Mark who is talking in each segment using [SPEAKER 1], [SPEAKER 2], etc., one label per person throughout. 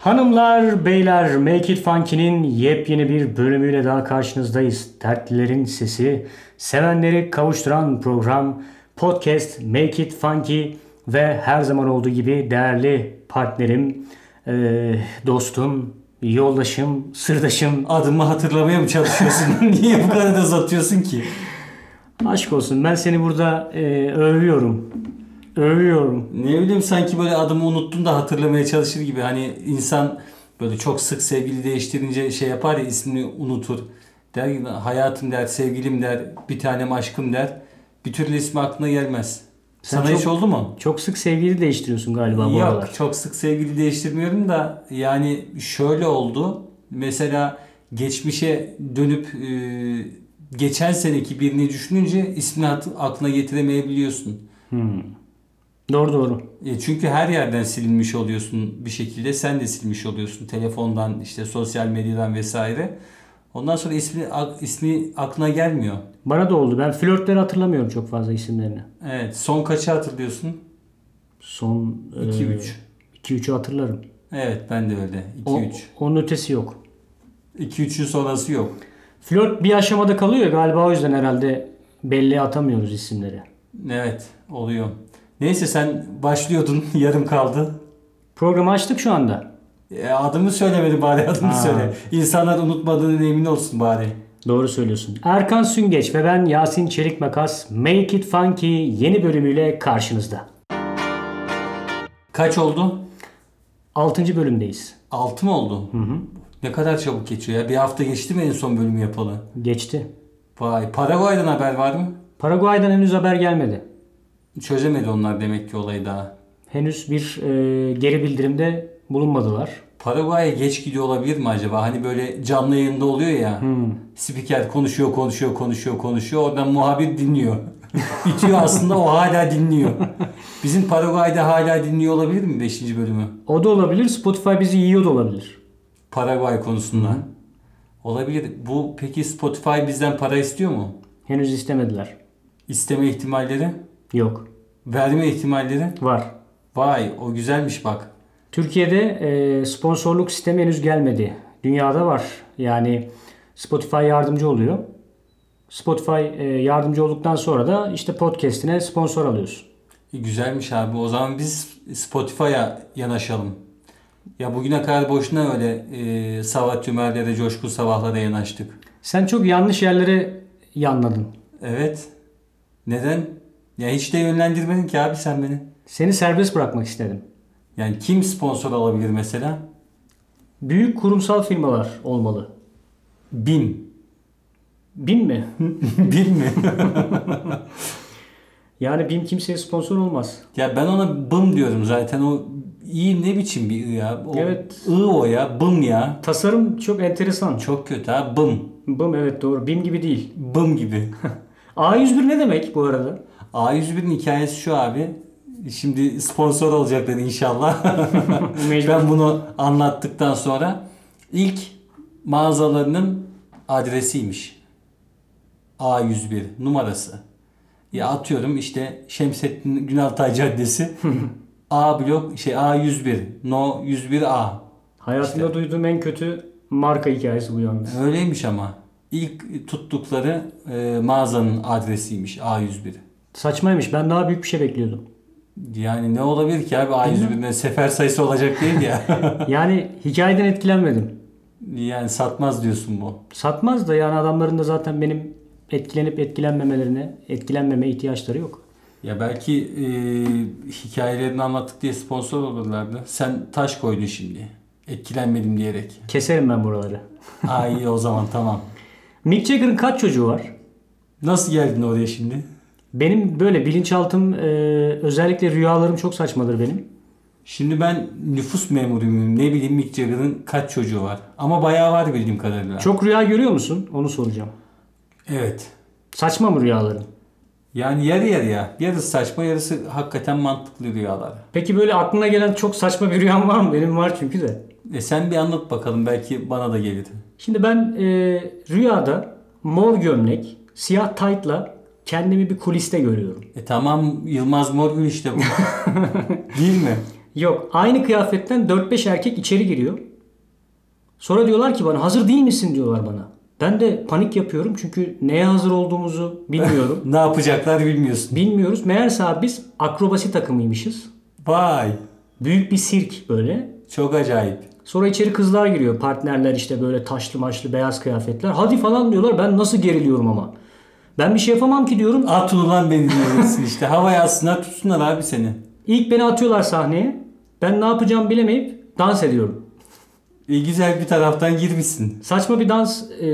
[SPEAKER 1] Hanımlar, beyler, Make It Funky'nin yepyeni bir bölümüyle daha karşınızdayız. Dertlilerin sesi, sevenleri kavuşturan program, podcast Make It Funky ve her zaman olduğu gibi değerli partnerim, eee, dostum, yoldaşım, sırdaşım,
[SPEAKER 2] Adımı hatırlamaya mı çalışıyorsun? Niye bu kadar uzatıyorsun ki?
[SPEAKER 1] aşk olsun. Ben seni burada eee, övüyorum. Övüyorum.
[SPEAKER 2] Ne bileyim sanki böyle adımı unuttun da hatırlamaya çalışır gibi. Hani insan böyle çok sık sevgili değiştirince şey yapar ya ismini unutur. Der ki hayatım der, sevgilim der, bir tanem aşkım der. Bir türlü ismi aklına gelmez.
[SPEAKER 1] Sen
[SPEAKER 2] Sana
[SPEAKER 1] çok-
[SPEAKER 2] hiç oldu mu?
[SPEAKER 1] Çok sık sevgili değiştiriyorsun galiba bu
[SPEAKER 2] Yok
[SPEAKER 1] aralar.
[SPEAKER 2] çok sık sevgili değiştirmiyorum da yani şöyle oldu. Mesela geçmişe dönüp e, geçen seneki birini düşününce ismini hat- aklına getiremeyebiliyorsun.
[SPEAKER 1] Hmm. Doğru doğru.
[SPEAKER 2] E, Çünkü her yerden silinmiş oluyorsun bir şekilde. Sen de silmiş oluyorsun telefondan, işte sosyal medyadan vesaire. Ondan sonra ismi ak- ismi aklına gelmiyor.
[SPEAKER 1] Bana da oldu. Ben flörtleri hatırlamıyorum çok fazla isimlerini.
[SPEAKER 2] Evet, son kaçı hatırlıyorsun?
[SPEAKER 1] Son
[SPEAKER 2] 2 3.
[SPEAKER 1] 2-3'ü hatırlarım.
[SPEAKER 2] Evet, ben de öyle. 2
[SPEAKER 1] O,
[SPEAKER 2] 3.
[SPEAKER 1] onun ötesi yok.
[SPEAKER 2] 2 3'ün sonrası yok.
[SPEAKER 1] Flört bir aşamada kalıyor ya, galiba o yüzden herhalde belli atamıyoruz isimleri.
[SPEAKER 2] Evet, oluyor. Neyse sen başlıyordun, yarım kaldı.
[SPEAKER 1] Programı açtık şu anda.
[SPEAKER 2] E, adımı söylemedi bari adımı
[SPEAKER 1] Ha.
[SPEAKER 2] söyle. İnsanlar unutmadığına emin olsun bari.
[SPEAKER 1] Doğru söylüyorsun. Erkan Süngeç ve ben Yasin Çelik Makas Make It Funky yeni bölümüyle karşınızda.
[SPEAKER 2] Kaç oldu?
[SPEAKER 1] 6. bölümdeyiz.
[SPEAKER 2] 6 mı oldu? Ne kadar çabuk geçiyor ya. Bir hafta geçti mi en son bölümü yapalı?
[SPEAKER 1] Geçti.
[SPEAKER 2] Vay. Paraguay'dan haber var mı?
[SPEAKER 1] Paraguay'dan henüz haber gelmedi.
[SPEAKER 2] Çözemedi onlar demek ki olayı daha.
[SPEAKER 1] Henüz bir e, geri bildirimde bulunmadılar.
[SPEAKER 2] Paraguay'a geç gidiyor olabilir mi acaba? Hani böyle canlı yayında oluyor ya. Spiker konuşuyor, konuşuyor, konuşuyor, konuşuyor. Oradan muhabir dinliyor. Bitiyor aslında o hala dinliyor. Bizim Paraguay'da hala dinliyor olabilir mi 5. bölümü?
[SPEAKER 1] O da olabilir. Spotify bizi yiyor da olabilir.
[SPEAKER 2] Paraguay konusunda. Olabilir. Bu peki Spotify bizden para istiyor mu?
[SPEAKER 1] Henüz istemediler.
[SPEAKER 2] İsteme ihtimalleri?
[SPEAKER 1] Yok.
[SPEAKER 2] Verme ihtimalleri?
[SPEAKER 1] Var.
[SPEAKER 2] Vay o güzelmiş bak.
[SPEAKER 1] Türkiye'de e, sponsorluk sistemi henüz gelmedi. Dünyada var. Yani Spotify yardımcı oluyor. Spotify e, yardımcı olduktan sonra da işte podcast'ine sponsor alıyorsun.
[SPEAKER 2] E, Güzelmiş abi. O zaman biz Spotify'a yanaşalım. Ya bugüne kadar boşuna öyle e, Savat Tümer'lere, Coşku Sabah'lara yanaştık.
[SPEAKER 1] Sen çok yanlış yerlere yanladın.
[SPEAKER 2] Evet. Neden? Ya hiç de yönlendirmedin ki abi sen beni.
[SPEAKER 1] Seni serbest bırakmak istedim.
[SPEAKER 2] Yani kim sponsor olabilir mesela?
[SPEAKER 1] Büyük kurumsal firmalar olmalı.
[SPEAKER 2] Bin.
[SPEAKER 1] BİM mi?
[SPEAKER 2] Bin mi?
[SPEAKER 1] Yani BİM kimseye sponsor olmaz.
[SPEAKER 2] ya ben ona bım diyorum zaten. O iyi ne biçim bir ı ya? O,
[SPEAKER 1] Evet.
[SPEAKER 2] ı o ya. Bım ya.
[SPEAKER 1] Tasarım çok enteresan.
[SPEAKER 2] Çok kötü ha. Bım.
[SPEAKER 1] BİM evet doğru. BİM gibi değil.
[SPEAKER 2] Bım gibi.
[SPEAKER 1] A101 ne demek bu arada?
[SPEAKER 2] A101'in hikayesi şu abi. Şimdi sponsor olacaklar inşallah.
[SPEAKER 1] Mecbur.
[SPEAKER 2] ben bunu anlattıktan sonra ilk mağazalarının adresiymiş. A101 numarası. Ya atıyorum işte Şemsettin Günaltay Caddesi. A blok şey A101 No 101A.
[SPEAKER 1] Hayatımda duyduğum en kötü marka hikayesi bu yalnız.
[SPEAKER 2] Öyleymiş ama. İlk tuttukları e, mağazanın adresiymiş A101.
[SPEAKER 1] Saçmaymış. Ben daha büyük bir şey bekliyordum.
[SPEAKER 2] Yani ne olabilir ki abi A101'de sefer sayısı olacak değil ya.
[SPEAKER 1] Yani hikayeden etkilenmedim.
[SPEAKER 2] yani satmaz diyorsun bu.
[SPEAKER 1] Satmaz da yani adamların da zaten benim etkilenip etkilenmemelerine, etkilenmeme ihtiyaçları yok.
[SPEAKER 2] Ya belki e, hikayelerini anlattık diye sponsor olurlardı. Sen taş koydun şimdi. Etkilenmedim diyerek.
[SPEAKER 1] Keserim ben buraları.
[SPEAKER 2] Ay iyi o zaman tamam.
[SPEAKER 1] Mick Jagger'ın kaç çocuğu var?
[SPEAKER 2] Nasıl geldin oraya şimdi?
[SPEAKER 1] Benim böyle bilinçaltım e, özellikle rüyalarım çok saçmadır benim.
[SPEAKER 2] Şimdi ben nüfus memuruyum. Ne bileyim Mick Jagger'ın kaç çocuğu var. Ama bayağı var bildiğim kadarıyla.
[SPEAKER 1] Çok rüya görüyor musun? Onu soracağım.
[SPEAKER 2] Evet.
[SPEAKER 1] Saçma mı rüyaların?
[SPEAKER 2] Yani yarı yarıya. Yarısı saçma yarısı hakikaten mantıklı rüyalar.
[SPEAKER 1] Peki böyle aklına gelen çok saçma bir rüyan var mı? Benim var çünkü de.
[SPEAKER 2] E sen bir anlat bakalım belki bana da gelir.
[SPEAKER 1] Şimdi ben e, rüyada mor gömlek, siyah taytla kendimi bir kuliste görüyorum.
[SPEAKER 2] E tamam Yılmaz Morgül işte bu. Değil mi?
[SPEAKER 1] Yok aynı kıyafetten 4-5 erkek içeri giriyor. Sonra diyorlar ki bana hazır değil misin diyorlar bana. Ben de panik yapıyorum çünkü neye hazır olduğumuzu bilmiyorum.
[SPEAKER 2] Ne yapacaklar bilmiyorsun.
[SPEAKER 1] Bilmiyoruz. Meğerse abi biz akrobasi takımıymışız.
[SPEAKER 2] Vay.
[SPEAKER 1] Büyük bir sirk böyle.
[SPEAKER 2] Çok acayip.
[SPEAKER 1] Sonra içeri kızlar giriyor. Partnerler işte böyle taşlı maçlı beyaz kıyafetler. Hadi falan diyorlar. Ben nasıl geriliyorum ama. Ben bir şey yapamam ki diyorum.
[SPEAKER 2] At ulan beni diyorsun işte. Havaya atsınlar tutsunlar abi seni.
[SPEAKER 1] İlk beni atıyorlar sahneye. Ben ne yapacağımı bilemeyip dans ediyorum.
[SPEAKER 2] E, güzel bir taraftan girmişsin.
[SPEAKER 1] Saçma bir dans e,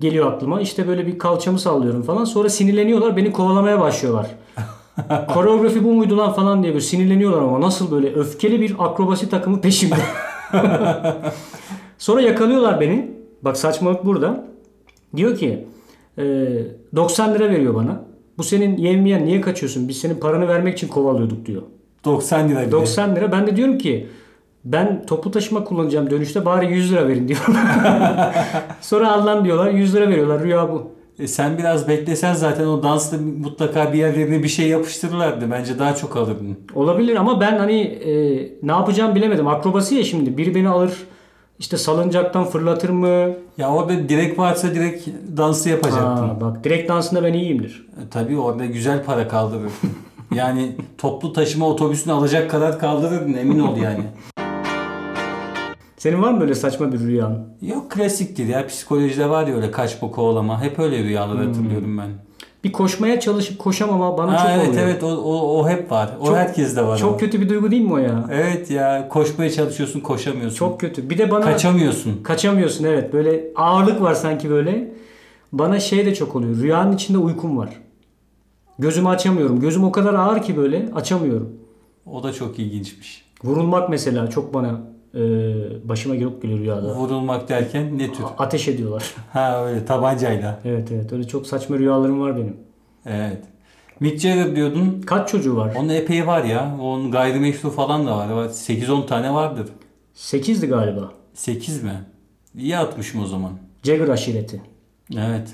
[SPEAKER 1] geliyor aklıma. İşte böyle bir kalçamı sallıyorum falan. Sonra sinirleniyorlar. Beni kovalamaya başlıyorlar. Koreografi bu muydu lan falan diye böyle sinirleniyorlar ama nasıl böyle öfkeli bir akrobasi takımı peşimde. Sonra yakalıyorlar beni. Bak saçmalık burada. Diyor ki e, 90 lira veriyor bana. Bu senin yevmiyen niye kaçıyorsun? Biz senin paranı vermek için kovalıyorduk diyor.
[SPEAKER 2] 90 lira bile.
[SPEAKER 1] 90 lira. Ben de diyorum ki ben toplu taşıma kullanacağım dönüşte bari 100 lira verin diyorum. Sonra al lan diyorlar 100 lira veriyorlar rüya bu.
[SPEAKER 2] E, sen biraz beklesen zaten o dansla mutlaka bir yerlerine bir şey yapıştırırlardı. Bence daha çok alırdın.
[SPEAKER 1] Olabilir ama ben hani e, ne yapacağım bilemedim. Akrobasi ya şimdi biri beni alır işte salıncaktan fırlatır mı?
[SPEAKER 2] Ya orada direkt varsa direkt dansı yapacaktın.
[SPEAKER 1] Aa, bak direkt dansında ben iyiyimdir.
[SPEAKER 2] E, Tabii orada güzel para kaldırır. yani toplu taşıma otobüsünü alacak kadar kaldırırdın emin ol yani.
[SPEAKER 1] Senin var mı böyle saçma bir rüyan?
[SPEAKER 2] Yok klasiktir ya psikolojide var ya öyle kaçma kovalama. Hep öyle rüyalar hatırlıyorum ben.
[SPEAKER 1] Bir koşmaya çalışıp koşamama bana Hmm. çok
[SPEAKER 2] Ha, evet
[SPEAKER 1] oluyor.
[SPEAKER 2] evet o, o, o hep var. O
[SPEAKER 1] Çok-
[SPEAKER 2] herkeste var.
[SPEAKER 1] Çok
[SPEAKER 2] o.
[SPEAKER 1] kötü bir duygu değil mi o ya?
[SPEAKER 2] Evet ya koşmaya çalışıyorsun koşamıyorsun.
[SPEAKER 1] Çok kötü. Bir de bana
[SPEAKER 2] Kaçamıyorsun.
[SPEAKER 1] Kaçamıyorsun evet. Böyle ağırlık var sanki böyle. Bana şey de çok oluyor. Rüyanın içinde uykum var. Gözümü açamıyorum. Gözüm o kadar ağır ki böyle açamıyorum.
[SPEAKER 2] O da çok ilginçmiş.
[SPEAKER 1] Vurulmak mesela çok bana e, başıma yok geliyor rüyada.
[SPEAKER 2] Vurulmak derken ne tür?
[SPEAKER 1] Ateş ediyorlar.
[SPEAKER 2] Ha öyle tabancayla.
[SPEAKER 1] evet evet öyle çok saçma rüyalarım var benim.
[SPEAKER 2] Evet. Mick Jagger diyordun.
[SPEAKER 1] Kaç çocuğu var?
[SPEAKER 2] Onun epey var ya. Onun gayrimeşru falan da var. Var, 8-10 tane vardır.
[SPEAKER 1] 8'di galiba.
[SPEAKER 2] 8 mi? İyi atmışım o zaman.
[SPEAKER 1] Jagger aşireti.
[SPEAKER 2] Evet.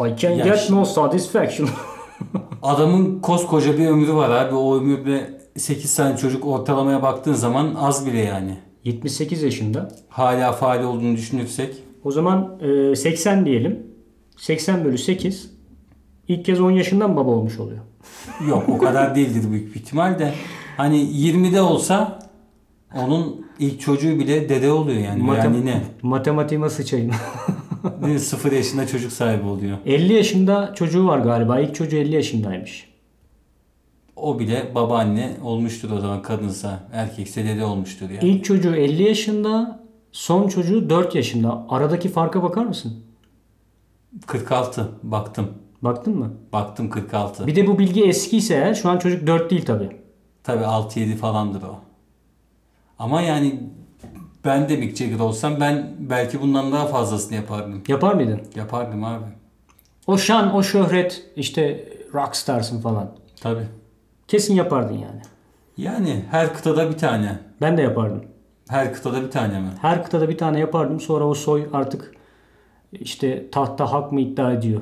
[SPEAKER 1] I can
[SPEAKER 2] Ya
[SPEAKER 1] get
[SPEAKER 2] işte-
[SPEAKER 1] no satisfaction.
[SPEAKER 2] Adamın koskoca bir ömrü var abi. O ömürde 8 tane çocuk ortalamaya baktığın zaman az bile yani.
[SPEAKER 1] 78 yaşında.
[SPEAKER 2] Hala faal olduğunu düşünürsek.
[SPEAKER 1] O zaman e, 80 diyelim. 80 bölü 8. İlk kez 10 yaşından baba olmuş oluyor.
[SPEAKER 2] Yok o kadar değildir büyük bir ihtimal de. Hani 20'de olsa onun ilk çocuğu bile dede oluyor yani.
[SPEAKER 1] Matem-
[SPEAKER 2] yani ne?
[SPEAKER 1] Matematiğime sıçayım.
[SPEAKER 2] Değil mi? Sıfır yaşında çocuk sahibi oluyor.
[SPEAKER 1] 50 yaşında çocuğu var galiba. İlk çocuğu 50 yaşındaymış.
[SPEAKER 2] O bile babaanne olmuştur o zaman kadınsa. Erkekse dede olmuştur yani.
[SPEAKER 1] İlk çocuğu 50 yaşında, son çocuğu 4 yaşında. Aradaki farka bakar mısın?
[SPEAKER 2] 46 baktım.
[SPEAKER 1] Baktın mı?
[SPEAKER 2] Baktım 46.
[SPEAKER 1] Bir de bu bilgi eskiyse eğer şu an çocuk 4 değil tabi.
[SPEAKER 2] Tabii 6-7 falandır o. Ama yani ben de Mick Jagger olsam ben belki bundan daha fazlasını yapardım.
[SPEAKER 1] Yapar mıydın?
[SPEAKER 2] Yapardım abi.
[SPEAKER 1] O şan, o şöhret, işte rockstarsın falan.
[SPEAKER 2] Tabii.
[SPEAKER 1] Kesin yapardın yani.
[SPEAKER 2] Yani her kıtada bir tane.
[SPEAKER 1] Ben de yapardım.
[SPEAKER 2] Her kıtada bir tane mi?
[SPEAKER 1] Her kıtada bir tane yapardım. Sonra o soy artık işte tahta hak mı iddia ediyor.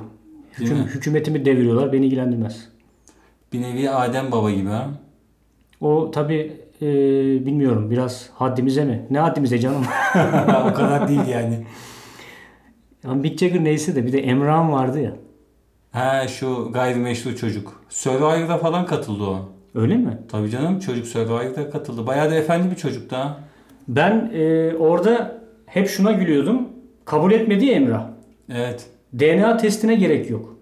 [SPEAKER 2] Değil
[SPEAKER 1] Hüküm,
[SPEAKER 2] mi?
[SPEAKER 1] hükümetimi deviriyorlar. Beni ilgilendirmez.
[SPEAKER 2] Bir nevi Adem Baba gibi ha.
[SPEAKER 1] O tabi bilmiyorum biraz haddimize mi? Ne haddimize canım?
[SPEAKER 2] o kadar değil yani.
[SPEAKER 1] ya Mick Jagger neyse de bir de Emrah'ın vardı ya.
[SPEAKER 2] Ha şu gayrimeşru çocuk. Survivor'a falan katıldı o.
[SPEAKER 1] Öyle mi?
[SPEAKER 2] Tabii canım çocuk Survivor'a katıldı. Bayağı da efendi bir çocuk da.
[SPEAKER 1] Ben e, orada hep şuna gülüyordum. Kabul etmedi ya Emrah.
[SPEAKER 2] Evet.
[SPEAKER 1] DNA testine gerek yok.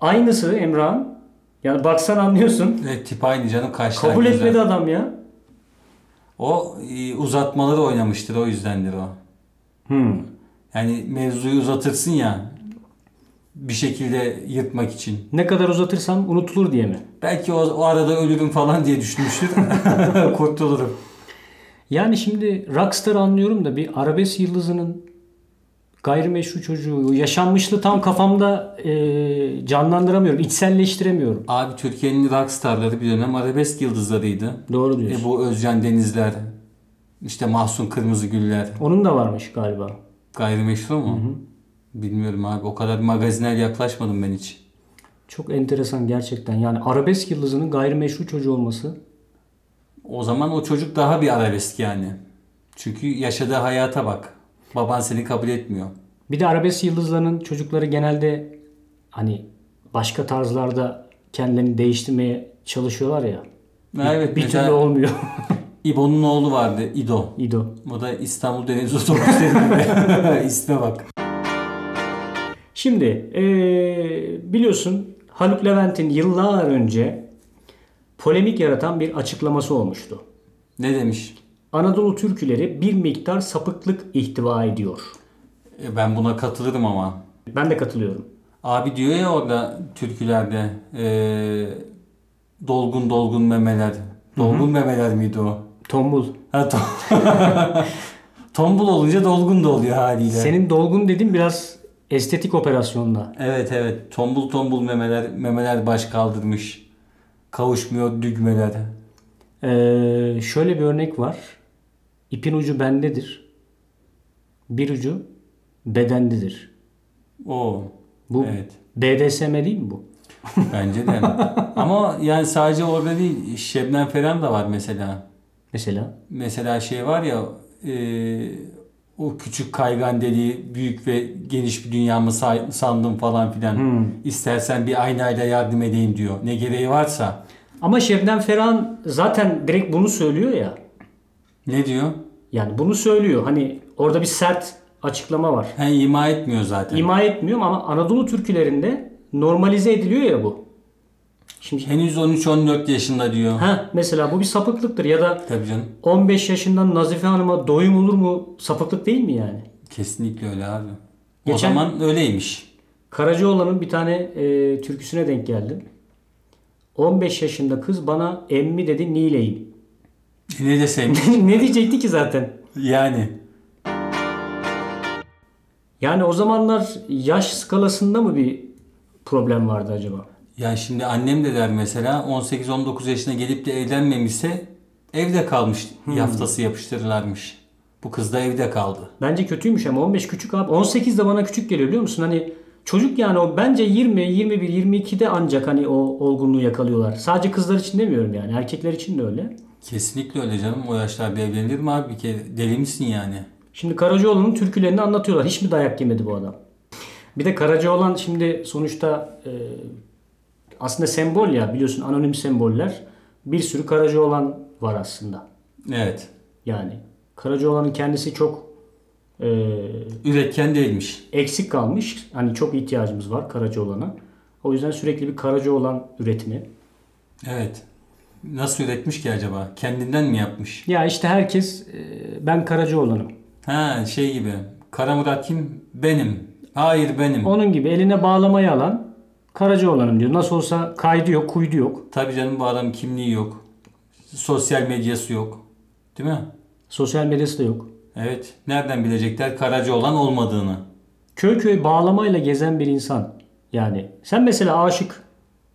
[SPEAKER 1] Aynısı Emrah'ın. Yani baksan anlıyorsun.
[SPEAKER 2] Evet tip aynı canım kaşlar
[SPEAKER 1] Kabul
[SPEAKER 2] güzel.
[SPEAKER 1] etmedi adam ya.
[SPEAKER 2] O e, uzatmaları oynamıştır o yüzdendir o.
[SPEAKER 1] Hmm.
[SPEAKER 2] Yani mevzuyu uzatırsın ya bir şekilde yırtmak için.
[SPEAKER 1] Ne kadar uzatırsam unutulur diye mi?
[SPEAKER 2] Belki o, o arada ölürüm falan diye düşünmüştür. Kurtulurum.
[SPEAKER 1] Yani şimdi rockstar anlıyorum da bir arabesk yıldızının gayrimeşru çocuğu, yaşanmışlığı tam kafamda e, canlandıramıyorum, içselleştiremiyorum.
[SPEAKER 2] Abi Türkiye'nin rockstarları bir dönem arabesk yıldızlarıydı.
[SPEAKER 1] Doğru diyorsun.
[SPEAKER 2] E, bu Özcan Denizler, işte Mahsun Kırmızıgüller
[SPEAKER 1] Onun da varmış galiba.
[SPEAKER 2] gayrimeşru mu? Bilmiyorum abi o kadar magazinel yaklaşmadım ben hiç.
[SPEAKER 1] Çok enteresan gerçekten. Yani arabesk yıldızının gayrimeşru çocuğu olması
[SPEAKER 2] O zaman o çocuk daha bir arabesk yani. Çünkü yaşadığı hayata bak. Baban seni kabul etmiyor.
[SPEAKER 1] Bir de arabesk yıldızlarının çocukları genelde hani başka tarzlarda kendilerini değiştirmeye çalışıyorlar ya.
[SPEAKER 2] Evet,
[SPEAKER 1] Bir
[SPEAKER 2] mesela
[SPEAKER 1] türlü olmuyor.
[SPEAKER 2] İbo'nun oğlu vardı İdo.
[SPEAKER 1] İdo.
[SPEAKER 2] Bu da İstanbul Deniz Otobüsleri gibi. İsme bak.
[SPEAKER 1] Şimdi eee, biliyorsun Haluk Levent'in yıllar önce polemik yaratan bir açıklaması olmuştu.
[SPEAKER 2] Ne demiş?
[SPEAKER 1] Anadolu türküleri bir miktar sapıklık ihtiva ediyor.
[SPEAKER 2] E, Ben buna katılırım ama.
[SPEAKER 1] Ben de katılıyorum.
[SPEAKER 2] Abi diyor ya orada türkülerde e, dolgun dolgun memeler. Dolgun memeler miydi o?
[SPEAKER 1] Tombul.
[SPEAKER 2] Ha, to- Tombul olunca dolgun da oluyor haliyle.
[SPEAKER 1] Senin dolgun dedim biraz estetik operasyonla.
[SPEAKER 2] Evet evet. Tombul tombul memeler, memeler baş kaldırmış. Kavuşmuyor düğmeler.
[SPEAKER 1] Ee, şöyle bir örnek var. İpin ucu bendedir. Bir ucu bedendedir.
[SPEAKER 2] O.
[SPEAKER 1] Bu
[SPEAKER 2] Evet.
[SPEAKER 1] BDSM değil mi bu?
[SPEAKER 2] Bence de. Ama yani sadece orada değil. Şebnem Ferah da var mesela.
[SPEAKER 1] Mesela.
[SPEAKER 2] Mesela şey var ya e, o küçük kaygan deliği büyük ve geniş bir dünyamı say- sandım falan filan.
[SPEAKER 1] Hmm.
[SPEAKER 2] İstersen bir aynayla yardım edeyim diyor. Ne gereği varsa.
[SPEAKER 1] Ama Şebnem Ferhan zaten direkt bunu söylüyor ya.
[SPEAKER 2] Ne diyor?
[SPEAKER 1] Yani bunu söylüyor. Hani orada bir sert açıklama var.
[SPEAKER 2] He, ima etmiyor zaten.
[SPEAKER 1] İma etmiyorum ama Anadolu türkülerinde normalize ediliyor ya bu. Şimdi
[SPEAKER 2] Henüz 13-14 yaşında diyor.
[SPEAKER 1] ha mesela bu bir sapıklıktır ya da
[SPEAKER 2] Tabii canım.
[SPEAKER 1] 15 yaşından Nazife Hanım'a doyum olur mu? Sapıklık değil mi yani?
[SPEAKER 2] Kesinlikle öyle abi.
[SPEAKER 1] Geçen-
[SPEAKER 2] O zaman öyleymiş.
[SPEAKER 1] Karacaoğlan'ın bir tane e, türküsüne denk geldim. 15 yaşında kız bana emmi dedi Nile'yim.
[SPEAKER 2] Ne deseymiş.
[SPEAKER 1] ne diyecekti ki zaten?
[SPEAKER 2] yani.
[SPEAKER 1] Yani o zamanlar yaş skalasında mı bir problem vardı acaba?
[SPEAKER 2] Yani şimdi annem de der mesela 18-19 yaşına gelip de evlenmemişse evde kalmış yaftası yapıştırırlarmış. Bu kız da evde kaldı.
[SPEAKER 1] Bence kötüymüş ama 15 küçük abi. 18 de bana küçük geliyor biliyor musun? Hani çocuk yani o bence 20, 21, 22'de ancak hani o olgunluğu yakalıyorlar. Sadece kızlar için demiyorum yani. Erkekler için de öyle.
[SPEAKER 2] Kesinlikle öyle canım. O yaşlarda evlenilir mi abi? Bir kere deli misin yani?
[SPEAKER 1] Şimdi Karacaoğlan'ın türkülerini anlatıyorlar. Hiç mi dayak yemedi bu adam? Bir de Karacaoğlan şimdi sonuçta e, aslında sembol ya biliyorsun anonim semboller. Bir sürü Karacaoğlan var aslında.
[SPEAKER 2] Evet.
[SPEAKER 1] Yani Karacaoğlan'ın kendisi çok e,
[SPEAKER 2] Üretken değilmiş.
[SPEAKER 1] eksik kalmış. Hani çok ihtiyacımız var Karacaoğlan'a. O yüzden sürekli bir Karacaoğlan üretimi.
[SPEAKER 2] Evet. Nasıl üretmiş ki acaba? Kendinden mi yapmış?
[SPEAKER 1] Ya işte herkes e, ben Karacaoğlan'ım.
[SPEAKER 2] Ha şey gibi. Kara Murat kim? Benim. Hayır benim.
[SPEAKER 1] Onun gibi eline bağlamayı alan Karacaoğlan'ım diyor. Nasıl olsa kaydı yok, kuydu yok.
[SPEAKER 2] Tabii canım bu adam kimliği yok. Sosyal medyası yok. Değil mi?
[SPEAKER 1] Sosyal medyası da yok.
[SPEAKER 2] Evet. Nereden bilecekler Karaca olan olmadığını?
[SPEAKER 1] köy köy bağlamayla gezen bir insan. Yani sen mesela aşık.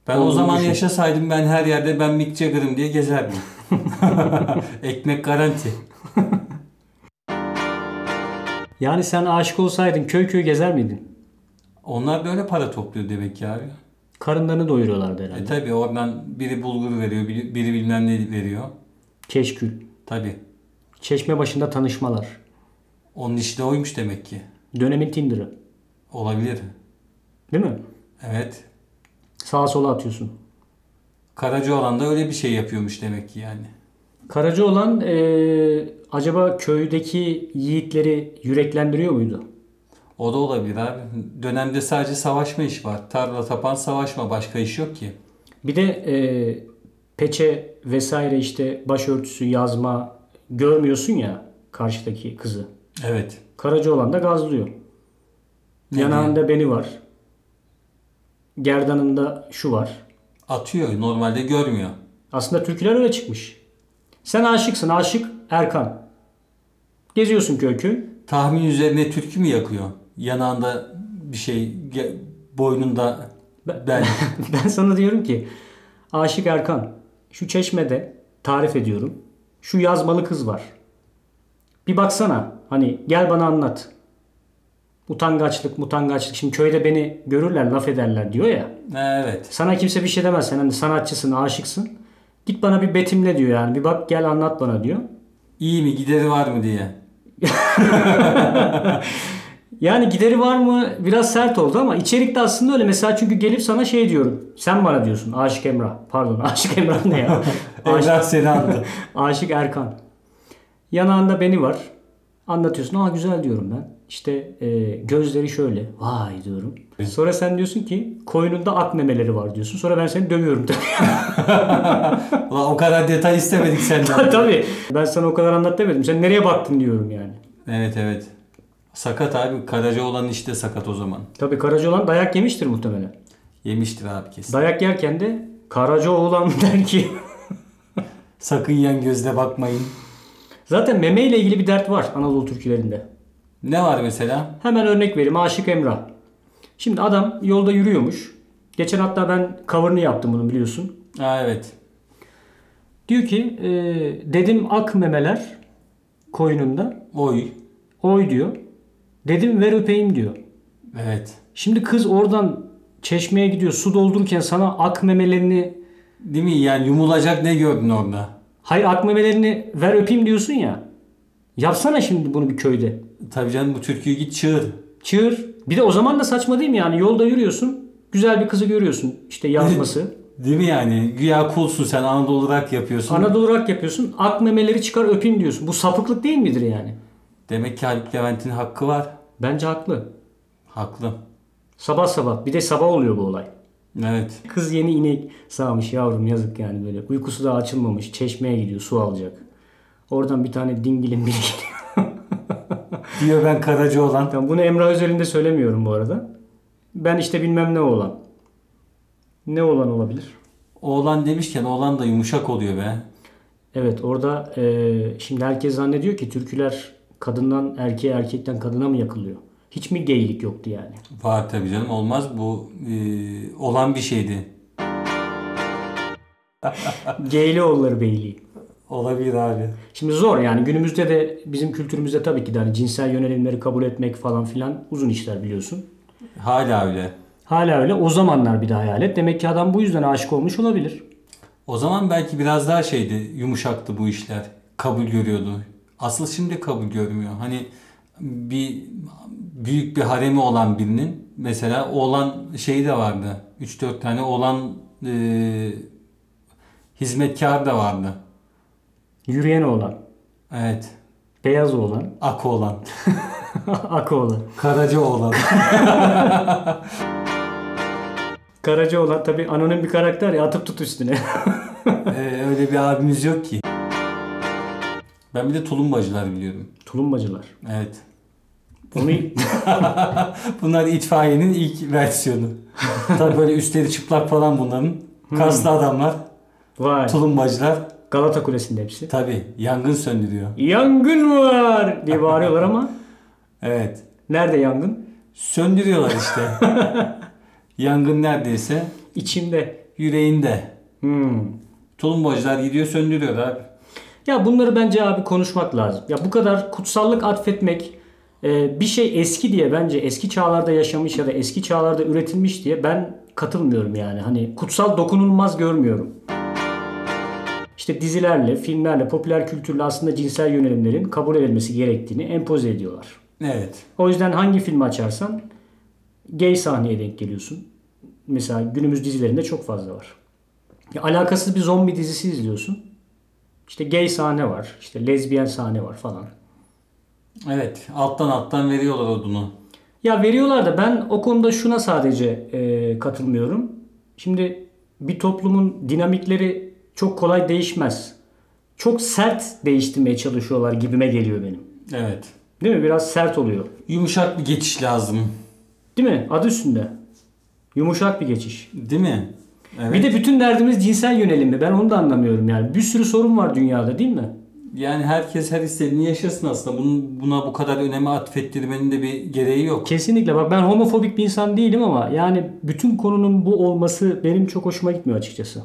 [SPEAKER 2] Ben o
[SPEAKER 1] Olduğunu
[SPEAKER 2] zaman
[SPEAKER 1] düşün.
[SPEAKER 2] yaşasaydım ben her yerde ben Mick Jagger'ım diye gezerdim. Ekmek garanti.
[SPEAKER 1] Yani sen aşık olsaydın köy köy gezer miydin?
[SPEAKER 2] Onlar böyle para topluyor demek ki abi.
[SPEAKER 1] Karınlarını doyuruyorlardı herhalde.
[SPEAKER 2] E tabi oradan biri bulgur veriyor, biri, biri bilmem ne veriyor.
[SPEAKER 1] Keşkül.
[SPEAKER 2] Tabi.
[SPEAKER 1] Çeşme başında tanışmalar.
[SPEAKER 2] Onun işi de oymuş demek ki.
[SPEAKER 1] Dönemin Tinder'ı.
[SPEAKER 2] Olabilir.
[SPEAKER 1] Değil mi?
[SPEAKER 2] Evet.
[SPEAKER 1] Sağa sola atıyorsun.
[SPEAKER 2] Karaca olan da öyle bir şey yapıyormuş demek ki yani.
[SPEAKER 1] Karaca olan e, acaba köydeki yiğitleri yüreklendiriyor muydu?
[SPEAKER 2] O da olabilir abi. Dönemde sadece savaşma işi var. Tarla tapan savaşma başka iş yok ki.
[SPEAKER 1] Bir de e, peçe vesaire işte başörtüsü yazma görmüyorsun ya karşıdaki kızı.
[SPEAKER 2] Evet.
[SPEAKER 1] Karaca olan da gazlıyor.
[SPEAKER 2] Ne
[SPEAKER 1] Yanağında beni var. Gerdanında şu var.
[SPEAKER 2] Atıyor. Normalde görmüyor.
[SPEAKER 1] Aslında türküler öyle çıkmış. Sen aşıksın aşık Erkan. Geziyorsun köy köy.
[SPEAKER 2] Tahmin üzerine türkü mü yakıyor? Yanağında bir şey, ge- boynunda ben.
[SPEAKER 1] ben sana diyorum ki aşık Erkan şu çeşmede tarif ediyorum. Şu yazmalı kız var. Bir baksana hani gel bana anlat. Utangaçlık mutangaçlık. Şimdi köyde beni görürler laf ederler diyor ya.
[SPEAKER 2] Ha, evet.
[SPEAKER 1] Sana kimse bir şey demez. Sen hani sanatçısın, aşıksın. Git bana bir betimle diyor yani. Bir bak gel anlat bana diyor.
[SPEAKER 2] İyi mi gideri var mı diye.
[SPEAKER 1] Yani gideri var mı biraz sert oldu ama içerikte aslında öyle. Mesela çünkü gelip sana şey diyorum. Sen bana diyorsun Aşık Emrah. Pardon Aşık Emrah ne ya? Aşık,
[SPEAKER 2] Evlat seni andı.
[SPEAKER 1] Aşık Erkan. Yanağında beni var. Anlatıyorsun. Aa güzel diyorum ben. İşte e, gözleri şöyle. Vay diyorum. Sonra sen diyorsun ki koynunda at memeleri var diyorsun. Sonra ben seni dövüyorum tabii.
[SPEAKER 2] Ulan o kadar detay istemedik senden.
[SPEAKER 1] tabii. Ben sana o kadar anlat demedim. Sen nereye baktın diyorum yani.
[SPEAKER 2] evet evet. Sakat abi. Karaca olan işte sakat o zaman.
[SPEAKER 1] Tabii Karacaoğlan dayak yemiştir muhtemelen.
[SPEAKER 2] Yemiştir abi kesin.
[SPEAKER 1] Dayak yerken de Karacaoğlan der ki
[SPEAKER 2] Sakın yan gözle bakmayın.
[SPEAKER 1] Zaten meme ile ilgili bir dert var Anadolu türkülerinde.
[SPEAKER 2] Ne var mesela?
[SPEAKER 1] Hemen örnek vereyim Aşık Emrah. Şimdi adam yolda yürüyormuş. Geçen hatta ben cover'ını yaptım bunu biliyorsun.
[SPEAKER 2] Ha evet.
[SPEAKER 1] Diyor ki e, dedim ak memeler koyununda.
[SPEAKER 2] Oy.
[SPEAKER 1] Oy diyor. Dedim ver öpeyim diyor.
[SPEAKER 2] Evet.
[SPEAKER 1] Şimdi kız oradan çeşmeye gidiyor su doldururken sana ak memelerini
[SPEAKER 2] Değil mi? Yani yumulacak ne gördün orada?
[SPEAKER 1] hayır ak memelerini ver öpeyim diyorsun ya. Yapsana şimdi bunu bir köyde.
[SPEAKER 2] Tabii canım bu türküyü git çığır.
[SPEAKER 1] Çığır. Bir de o zaman da saçma değil mi yani? Yolda yürüyorsun. Güzel bir kızı görüyorsun. İşte yazması.
[SPEAKER 2] Değil mi yani? Güya kulsun sen Anadolu rock yapıyorsun.
[SPEAKER 1] Anadolu rock yapıyorsun. Ak memeleri çıkar öpeyim diyorsun. Bu sapıklık değil midir yani?
[SPEAKER 2] Demek ki Haluk Levent'in hakkı var.
[SPEAKER 1] Bence haklı.
[SPEAKER 2] Haklı.
[SPEAKER 1] Sabah sabah. Bir de sabah oluyor bu olay.
[SPEAKER 2] Evet.
[SPEAKER 1] Kız yeni inek sağmış yavrum yazık yani böyle. Uykusu da açılmamış. Çeşmeye gidiyor su alacak. Oradan bir tane dingilin biri geliyor.
[SPEAKER 2] Diyor ben Karaca olan.
[SPEAKER 1] Tamam, bunu Emrah Özel'in de söylemiyorum bu arada. Ben işte bilmem ne olan. Ne olan olabilir?
[SPEAKER 2] Oğlan demişken oğlan da yumuşak oluyor be.
[SPEAKER 1] Evet orada eee, şimdi herkes zannediyor ki türküler kadından erkeğe erkekten kadına mı yakılıyor? Hiç mi geylik yoktu yani?
[SPEAKER 2] Var tabii canım olmaz. Bu e, olan bir şeydi.
[SPEAKER 1] Geyli oğulları beyliği.
[SPEAKER 2] Olabilir abi.
[SPEAKER 1] Şimdi zor yani günümüzde de bizim kültürümüzde tabii ki de hani cinsel yönelimleri kabul etmek falan filan uzun işler biliyorsun.
[SPEAKER 2] Hala öyle.
[SPEAKER 1] Hala öyle o zamanlar bir de hayalet. Demek ki adam bu yüzden aşık olmuş olabilir.
[SPEAKER 2] O zaman belki biraz daha şeydi, yumuşaktı bu işler. Kabul görüyordu. Asıl şimdi kabul görmüyor. Hani bir büyük bir haremi olan birinin mesela oğlan şeyi de vardı. 3-4 tane oğlan e, hizmetkar da vardı.
[SPEAKER 1] Yürüyen oğlan,
[SPEAKER 2] Evet.
[SPEAKER 1] beyaz oğlan,
[SPEAKER 2] Ak oğlan.
[SPEAKER 1] ak oğlan.
[SPEAKER 2] Karaca oğlan.
[SPEAKER 1] Karaca oğlan tabii anonim bir karakter ya atıp tut üstüne.
[SPEAKER 2] E, öyle bir abimiz yok ki. Ben bir de tulumbacılar biliyorum.
[SPEAKER 1] Tulumbacılar.
[SPEAKER 2] Evet.
[SPEAKER 1] Bunu
[SPEAKER 2] Bunlar itfaiyenin ilk versiyonu. Tabii böyle üstleri çıplak falan bunların. Kaslı adamlar,
[SPEAKER 1] vay
[SPEAKER 2] tulumbacılar.
[SPEAKER 1] Galata Kulesi'nde hepsi.
[SPEAKER 2] Tabii yangın söndürüyor.
[SPEAKER 1] Yangın var diye bağırıyorlar ama
[SPEAKER 2] Evet.
[SPEAKER 1] nerede yangın?
[SPEAKER 2] Söndürüyorlar işte. yangın neredeyse
[SPEAKER 1] İçimde.
[SPEAKER 2] yüreğinde.
[SPEAKER 1] Hmm.
[SPEAKER 2] Tulumbacılar gidiyor söndürüyor abi.
[SPEAKER 1] Ya bunları bence abi konuşmak lazım. Ya bu kadar kutsallık atfetmek e, bir şey eski diye bence eski çağlarda yaşamış ya da eski çağlarda üretilmiş diye ben katılmıyorum yani. Hani kutsal dokunulmaz görmüyorum. İşte dizilerle, filmlerle, popüler kültürle aslında cinsel yönelimlerin kabul edilmesi gerektiğini empoze ediyorlar.
[SPEAKER 2] Evet.
[SPEAKER 1] O yüzden hangi filmi açarsan gay sahneye denk geliyorsun. Mesela günümüz dizilerinde çok fazla var. Ya alakasız bir zombi dizisi izliyorsun. İşte gay sahne var, işte lezbiyen sahne var falan.
[SPEAKER 2] Evet. Alttan alttan veriyorlar odunu.
[SPEAKER 1] Ya veriyorlar da ben o konuda şuna sadece e, katılmıyorum. Şimdi bir toplumun dinamikleri çok kolay değişmez. Çok sert değiştirmeye çalışıyorlar gibime geliyor benim.
[SPEAKER 2] Evet.
[SPEAKER 1] Değil mi? Biraz sert oluyor.
[SPEAKER 2] Yumuşak bir geçiş lazım.
[SPEAKER 1] Değil mi? Adı üstünde. Yumuşak bir geçiş.
[SPEAKER 2] Değil mi? Evet.
[SPEAKER 1] Bir de bütün derdimiz cinsel yönelimi. Ben onu da anlamıyorum yani. Bir sürü sorun var dünyada değil mi?
[SPEAKER 2] Yani herkes her istediğini yaşasın aslında. Bunun, buna bu kadar önemi atfettirmenin de bir gereği yok.
[SPEAKER 1] Kesinlikle. Bak ben homofobik bir insan değilim ama yani bütün konunun bu olması benim çok hoşuma gitmiyor açıkçası.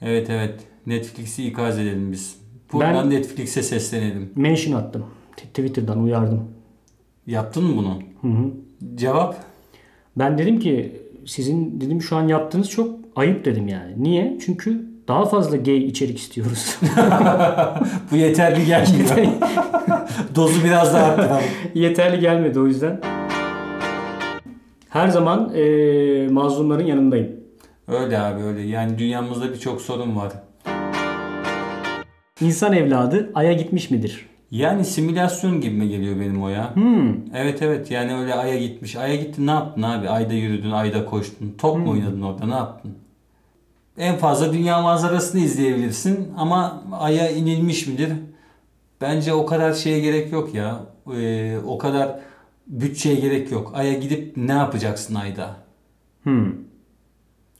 [SPEAKER 2] Evet evet. Netflix'i ikaz edelim biz. Buradan
[SPEAKER 1] Ben-
[SPEAKER 2] Netflix'e seslenelim.
[SPEAKER 1] Mention attım. T- Twitter'dan uyardım.
[SPEAKER 2] Yaptın mı bunu? Cevap?
[SPEAKER 1] Ben dedim ki sizin dedim şu an yaptığınız çok ayıp dedim yani. Niye? Çünkü Daha fazla gay içerik istiyoruz.
[SPEAKER 2] Bu yeterli gelmiyor. Dozu biraz daha arttıralım.
[SPEAKER 1] Yeterli gelmedi o yüzden. Her zaman eee, mazlumların yanındayım.
[SPEAKER 2] Öyle abi öyle. Yani dünyamızda birçok sorun var.
[SPEAKER 1] İnsan evladı aya gitmiş midir?
[SPEAKER 2] Yani simülasyon gibi mi geliyor benim o ya?
[SPEAKER 1] Hmm.
[SPEAKER 2] Evet evet yani öyle aya gitmiş. Aya gittin ne yaptın abi? Ayda yürüdün, ayda koştun. Top
[SPEAKER 1] Hmm.
[SPEAKER 2] mu oynadın orada ne yaptın? En fazla dünya manzarasını izleyebilirsin ama aya inilmiş midir? Bence o kadar şeye gerek yok ya. Ee, o kadar bütçeye gerek yok. Aya gidip ne yapacaksın ayda?
[SPEAKER 1] Hmm.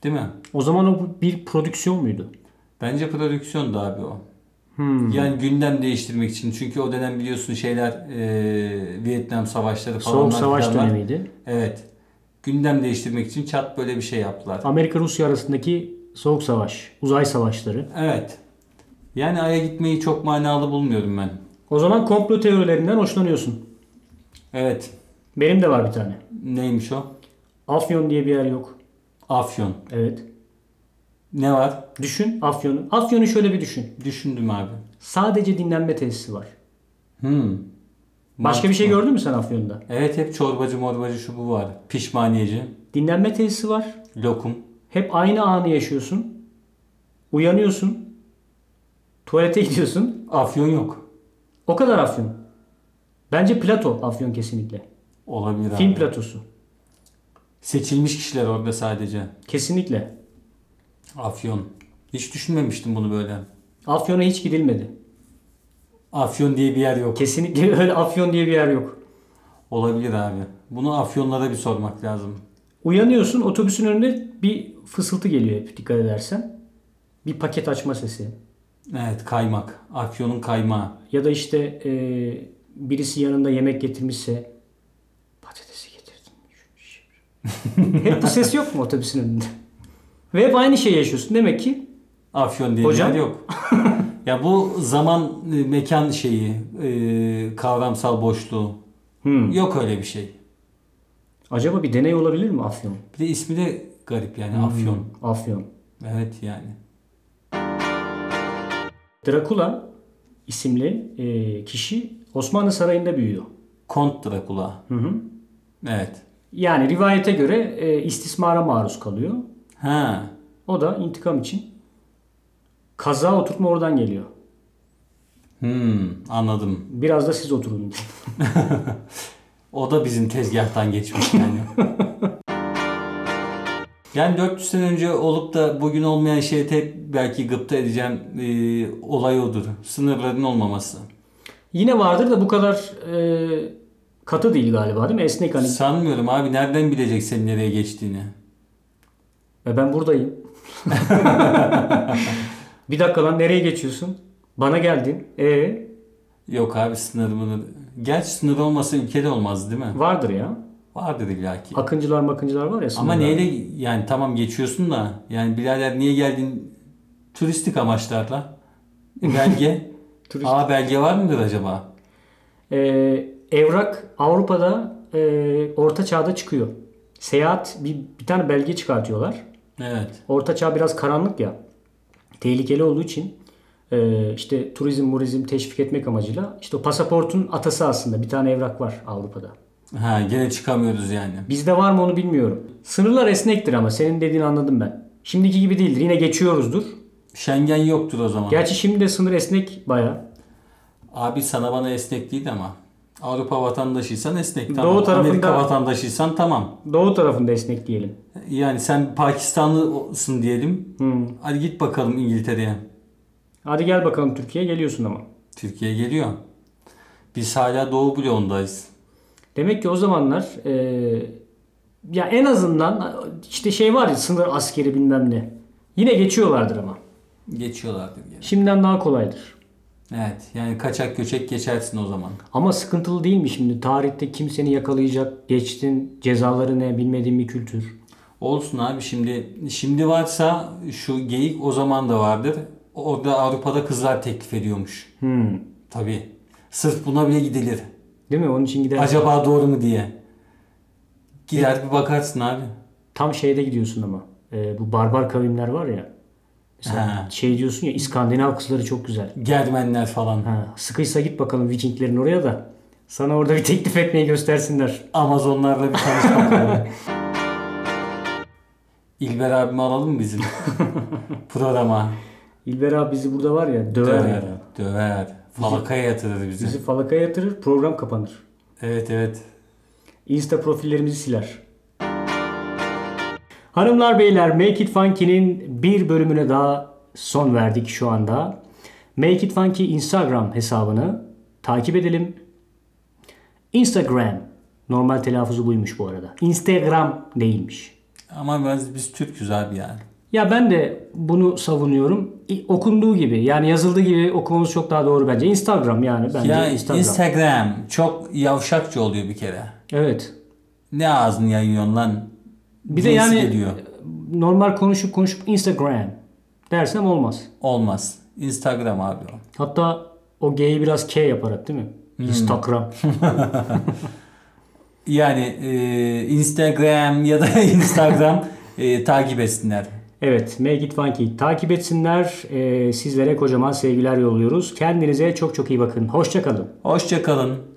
[SPEAKER 2] Değil mi?
[SPEAKER 1] O zaman o bir prodüksiyon muydu?
[SPEAKER 2] Bence prodüksiyon da abi o.
[SPEAKER 1] Hmm.
[SPEAKER 2] Yani gündem değiştirmek için. Çünkü o dönem biliyorsun şeyler e, Vietnam savaşları falan.
[SPEAKER 1] Soğuk savaş
[SPEAKER 2] filanlar.
[SPEAKER 1] dönemiydi.
[SPEAKER 2] Evet. Gündem değiştirmek için çat böyle bir şey yaptılar.
[SPEAKER 1] Amerika-Rusya arasındaki soğuk savaş, uzay savaşları.
[SPEAKER 2] Evet. Yani Ay'a gitmeyi çok manalı bulmuyorum ben.
[SPEAKER 1] O zaman komplo teorilerinden hoşlanıyorsun.
[SPEAKER 2] Evet.
[SPEAKER 1] Benim de var bir tane.
[SPEAKER 2] Neymiş o?
[SPEAKER 1] Afyon diye bir yer yok.
[SPEAKER 2] Afyon.
[SPEAKER 1] Evet.
[SPEAKER 2] Ne var?
[SPEAKER 1] Düşün Afyon'u. Afyon'u şöyle bir düşün.
[SPEAKER 2] Düşündüm abi.
[SPEAKER 1] Sadece dinlenme tesisi var.
[SPEAKER 2] Hmm.
[SPEAKER 1] Başka bir şey
[SPEAKER 2] Mantıklı.
[SPEAKER 1] gördün mü sen Afyon'da?
[SPEAKER 2] Evet hep çorbacı morbacı şu bu var. Pişmaniyeci.
[SPEAKER 1] Dinlenme tesisi var.
[SPEAKER 2] Lokum.
[SPEAKER 1] Hep aynı anı yaşıyorsun. Uyanıyorsun. Tuvalete gidiyorsun.
[SPEAKER 2] Afyon yok.
[SPEAKER 1] O kadar Afyon. Bence Plato Afyon kesinlikle.
[SPEAKER 2] Olabilir abi.
[SPEAKER 1] Film platosu.
[SPEAKER 2] Seçilmiş kişiler orada sadece.
[SPEAKER 1] Kesinlikle.
[SPEAKER 2] Afyon. Hiç düşünmemiştim bunu böyle.
[SPEAKER 1] Afyon'a hiç gidilmedi.
[SPEAKER 2] Afyon diye bir yer yok.
[SPEAKER 1] Kesinlikle öyle Afyon diye bir yer yok.
[SPEAKER 2] Olabilir abi. Bunu afyonlara bir sormak lazım.
[SPEAKER 1] Uyanıyorsun otobüsün önünde bir fısıltı geliyor hep dikkat edersen. Bir paket açma sesi.
[SPEAKER 2] Evet kaymak. Afyonun kaymağı.
[SPEAKER 1] Ya da işte e, birisi yanında yemek getirmişse patatesi getirdim. hep bu ses yok mu otobüsün önünde? Ve hep aynı şeyi yaşıyorsun. Demek ki
[SPEAKER 2] Afyon diye bir
[SPEAKER 1] Hocam?
[SPEAKER 2] yer yok. ya bu zaman e, mekan şeyi e, kavramsal boşluğu.
[SPEAKER 1] hmm,
[SPEAKER 2] Yok öyle bir şey.
[SPEAKER 1] acaba bir deney olabilir mi Afyon?
[SPEAKER 2] Bir de ismi de garip yani
[SPEAKER 1] Hmm.
[SPEAKER 2] Afyon.
[SPEAKER 1] Afyon.
[SPEAKER 2] Evet yani.
[SPEAKER 1] Drakula isimli e, kişi Osmanlı Sarayı'nda büyüyor.
[SPEAKER 2] Kont Drakula.
[SPEAKER 1] Hı hı.
[SPEAKER 2] Evet.
[SPEAKER 1] Yani rivayete göre e, istismara maruz kalıyor.
[SPEAKER 2] Ha.
[SPEAKER 1] O da intikam için kaza oturtma oradan geliyor.
[SPEAKER 2] Hmm, anladım.
[SPEAKER 1] Biraz da siz oturun.
[SPEAKER 2] O da bizim tezgahtan geçmiş yani. yani 400 sene önce olup da bugün olmayan şeye tek belki gıpta edeceğim e, olay odur. Sınırların olmaması.
[SPEAKER 1] Yine vardır da bu kadar e, katı değil galiba değil mi? Esnek hani.
[SPEAKER 2] Sanmıyorum abi nereden bilecek senin nereye geçtiğini.
[SPEAKER 1] E ben buradayım. bir dakika lan nereye geçiyorsun? Bana geldin. E
[SPEAKER 2] Yok abi sınır mınır. Gerçi sınır olmasa ülkede olmaz değil mi?
[SPEAKER 1] vardır ya.
[SPEAKER 2] Vardır illaki.
[SPEAKER 1] Akıncılar makıncılar var ya. sınırda.
[SPEAKER 2] Ama neyle yani tamam geçiyorsun da yani birader niye geldin turistik amaçlarla? E, Belge.
[SPEAKER 1] Turist-
[SPEAKER 2] Aa belge var mıdır acaba?
[SPEAKER 1] E, evrak Avrupa'da e, Orta Çağ'da çıkıyor. Seyahat bir, bir tane belge çıkartıyorlar.
[SPEAKER 2] Evet.
[SPEAKER 1] Orta Çağ biraz karanlık ya. Tehlikeli olduğu için e, işte turizm murizm teşvik etmek amacıyla işte o pasaportun atası aslında bir tane evrak var Avrupa'da.
[SPEAKER 2] Ha gene çıkamıyoruz yani.
[SPEAKER 1] Bizde var mı onu bilmiyorum. Sınırlar esnektir ama senin dediğini anladım ben. Şimdiki gibi değildir. Yine geçiyoruzdur.
[SPEAKER 2] Schengen yoktur o zaman.
[SPEAKER 1] Gerçi şimdi de sınır esnek baya.
[SPEAKER 2] Abi sana bana esnek değil ama. Avrupa vatandaşıysan esnek tamam.
[SPEAKER 1] Doğu tarafında-
[SPEAKER 2] Amerika vatandaşıysan tamam.
[SPEAKER 1] Doğu tarafında esnek diyelim.
[SPEAKER 2] Yani sen Pakistanlısın diyelim. Hadi git bakalım İngiltere'ye.
[SPEAKER 1] Hadi gel bakalım Türkiye'ye geliyorsun ama.
[SPEAKER 2] Türkiye geliyor. Biz hala Doğu bloğundayız.
[SPEAKER 1] Demek ki o zamanlar e, ya en azından işte şey var ya sınır askeri bilmem ne. Yine geçiyorlardır ama.
[SPEAKER 2] Geçiyorlardı yani.
[SPEAKER 1] Şimdiden daha kolaydır.
[SPEAKER 2] Evet yani kaçak göçek geçersin o zaman.
[SPEAKER 1] Ama sıkıntılı değil mi şimdi? Tarihte kimseni yakalayacak, geçtin, cezaları ne bilmediğin bir kültür.
[SPEAKER 2] Olsun abi şimdi şimdi varsa şu geyik o zaman da vardır. Orada Avrupa'da kızlar teklif ediyormuş.
[SPEAKER 1] Hmm.
[SPEAKER 2] Tabii. Sırf buna bile gidilir.
[SPEAKER 1] Değil mi? Onun için gider.
[SPEAKER 2] Acaba doğru mu diye. Gider bir bakarsın abi.
[SPEAKER 1] Tam şeyde gidiyorsun ama. Ee, bu barbar kavimler var ya. Mesela
[SPEAKER 2] Ha.
[SPEAKER 1] şey diyorsun ya İskandinav kızları çok güzel.
[SPEAKER 2] Germenler falan.
[SPEAKER 1] Ha, sıkıysa git bakalım Vikinglerin oraya da. Sana orada bir teklif etmeyi göstersinler.
[SPEAKER 2] Amazonlarla bir tanışmak. lazım. İlber abimi alalım mı bizim programa?
[SPEAKER 1] İlber abi bizi burada var ya döver.
[SPEAKER 2] Döver.
[SPEAKER 1] yani.
[SPEAKER 2] Döver. Falakaya yatırır bizi.
[SPEAKER 1] Bizi falakaya yatırır program kapanır.
[SPEAKER 2] Evet evet.
[SPEAKER 1] Insta profillerimizi siler. Hanımlar beyler Make It Funky'nin bir bölümüne daha son verdik şu anda. Make It Funky Instagram hesabını takip edelim. Instagram. Normal telaffuzu buymuş bu arada. Instagram değilmiş.
[SPEAKER 2] Ama biz, biz Türk'üz abi yani.
[SPEAKER 1] Ya ben de bunu savunuyorum. İ- Okunduğu gibi yani yazıldığı gibi okumamız çok daha doğru bence. Instagram yani bence
[SPEAKER 2] ya Instagram.
[SPEAKER 1] Instagram.
[SPEAKER 2] çok yavşakça oluyor bir kere.
[SPEAKER 1] evet.
[SPEAKER 2] Ne ağzını yayıyorsun lan?
[SPEAKER 1] Bir de
[SPEAKER 2] Cinsi
[SPEAKER 1] yani
[SPEAKER 2] geliyor.
[SPEAKER 1] normal konuşup konuşup Instagram dersem olmaz.
[SPEAKER 2] Olmaz. Instagram abi o.
[SPEAKER 1] Hatta o G'yi biraz K yaparak değil mi? Instagram.
[SPEAKER 2] Yani e, Instagram ya da Instagram e, takip etsinler.
[SPEAKER 1] evet, Make It Funky takip etsinler. Ee, sizlere kocaman sevgiler yolluyoruz. Kendinize çok çok iyi bakın. Hoşçakalın.
[SPEAKER 2] Hoşçakalın.